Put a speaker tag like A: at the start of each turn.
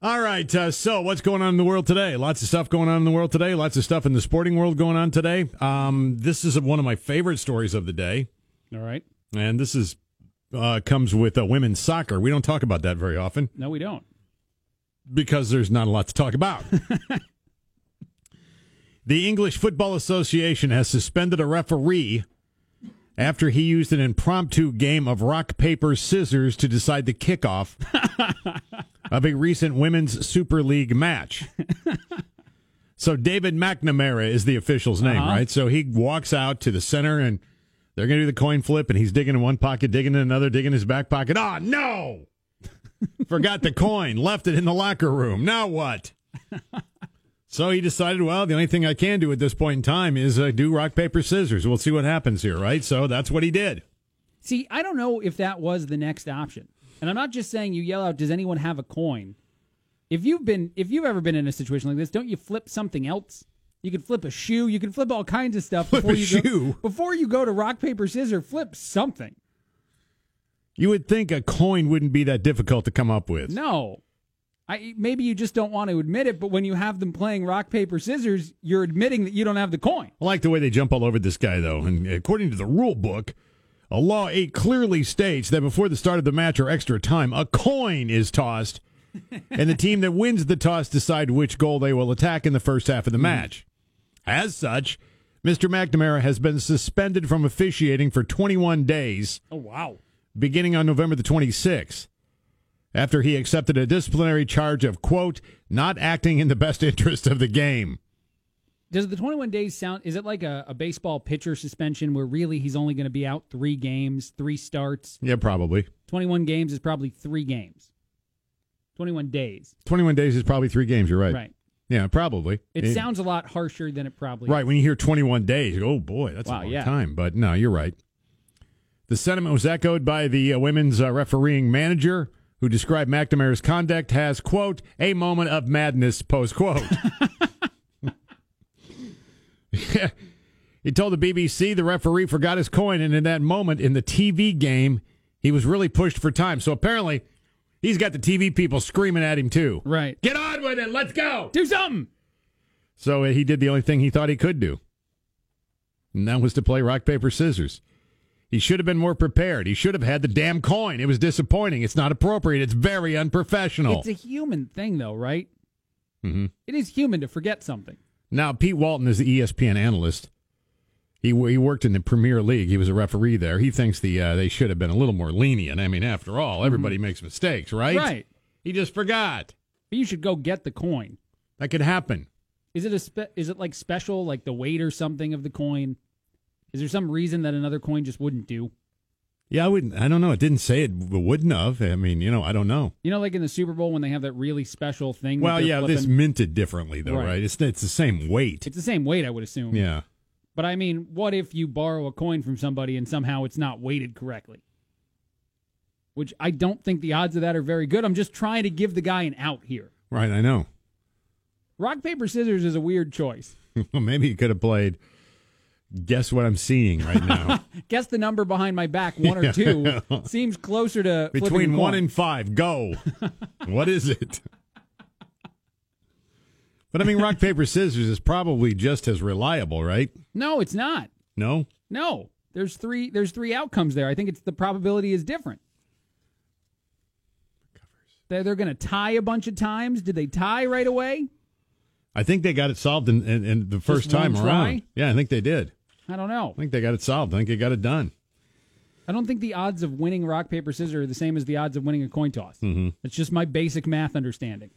A: All right. Uh, so, what's going on in the world today? Lots of stuff going on in the world today. Lots of stuff in the sporting world going on today. Um, this is one of my favorite stories of the day,
B: All right.
A: and this is uh, comes with uh, women's soccer. We don't talk about that very often
B: No, we don't.
A: because there's not a lot to talk about. the English Football Association has suspended a referee after he used an impromptu game of rock, paper, scissors to decide the kickoff of a recent Women's Super League match. so, David McNamara is the official's name,
B: Uh-huh.
A: right? So, he walks out to the center and they're going to do the coin flip, and he's digging in one pocket, digging in another, digging in his back pocket. Oh, no! Forgot the coin, left it in the locker room. Now what? so he decided, well, the only thing I can do at this point in time is uh, do rock, paper, scissors. We'll see what happens here, right? So that's what he did.
B: See, I don't know if that was the next option. And I'm not just saying you yell out, does anyone have a coin? If you've been if you've ever been in a situation like this, don't you flip something else? You could flip a shoe, you could flip all kinds of stuff
A: Flip
B: before
A: a
B: you
A: shoe?
B: go before you go to rock, paper, scissors, flip something.
A: You would think a coin wouldn't be that difficult to come up with.
B: No. I maybe you just don't want to admit it, but when you have them playing rock, paper, scissors, you're admitting that you don't have the coin.
A: I like the way they jump all over this guy, though. And according to the rule book, a law 8 clearly states that before the start of the match or extra time, a coin is tossed, and the team that wins the toss decide which goal they will attack in the first half of the match. As such, Mr. McNamara has been suspended from officiating for 21 days
B: Oh wow.
A: beginning on November the 26th after he accepted a disciplinary charge of, quote, not acting in the best interest of the game.
B: Does the 21 days sound, is it like a, a baseball pitcher suspension where really he's only going to be out three games, three starts?
A: Yeah, probably.
B: 21 games is probably three games. 21 days.
A: 21 days is probably three games. You're right.
B: Right.
A: Yeah, probably.
B: It sounds a lot harsher than it probably
A: right when you hear 21 days. You go, oh boy, that's
B: Wow,
A: a long
B: yeah.
A: time. But no, you're right. The sentiment was echoed by the uh, women's uh, refereeing manager, who described McNamara's conduct as "quote a moment of madness." Post quote. he told the BBC the referee forgot his coin, and in that moment in the TV game, he was really pushed for time. So apparently, he's got the TV people screaming at him too.
B: Right.
A: Get on with it. Let's go.
B: Do something.
A: So he did the only thing he thought he could do, and that was to play rock, paper, scissors. He should have been more prepared. He should have had the damn coin. It was disappointing. It's not appropriate. It's very unprofessional.
B: It's a human thing, though, right?
A: Mhm.
B: It is human to forget something.
A: now, Pete Walton is the E ESPN analyst. He, he worked in the Premier League. He was a referee there. He thinks the uh, they should have been a little more lenient. I mean, after all, everybody makes mistakes, right?
B: Mm-hmm. Right.
A: He just forgot.
B: But you should go get the coin.
A: That could happen.
B: Is it a spe- is it like special, like the weight or something of the coin? Is there some reason that another coin just wouldn't do?
A: Yeah, I wouldn't. I don't know. It didn't say it wouldn't have. I mean, you know, I don't know.
B: You know, like in the Super Bowl when they have that really special thing. that
A: Well,
B: they're
A: yeah, this
B: flipping?
A: minted differently though, right?
B: Right.
A: It's it's the same weight.
B: it's the same weight, I would assume.
A: yeah,
B: But I mean, what if you borrow a coin from somebody and somehow it's not weighted correctly? Which I don't think the odds of that are very good. I'm just trying to give the guy an out here.
A: right. I know.
B: Rock paper scissors is a weird choice.
A: Maybe you could have played. Guess what I'm seeing right now?
B: Guess the number behind my back, one or two, seems closer to flipping
A: Between
B: a
A: one
B: coin.
A: and five, go. what is it? But I mean, rock paper scissors is probably just as reliable, right?
B: no, it's not.
A: No.
B: No, there's three. There's three outcomes there. I think it's the probability is different. They're, they're going to tie a bunch of times. Did they tie right away?
A: I think they got it solved in, in, in the first
B: one
A: time
B: try?
A: around. Yeah, I think they did.
B: I don't know.
A: I think they got it solved. I think they got it done.
B: I don't think the odds of winning rock paper scissors are the same as the odds of winning a coin toss. That's just my basic math understanding.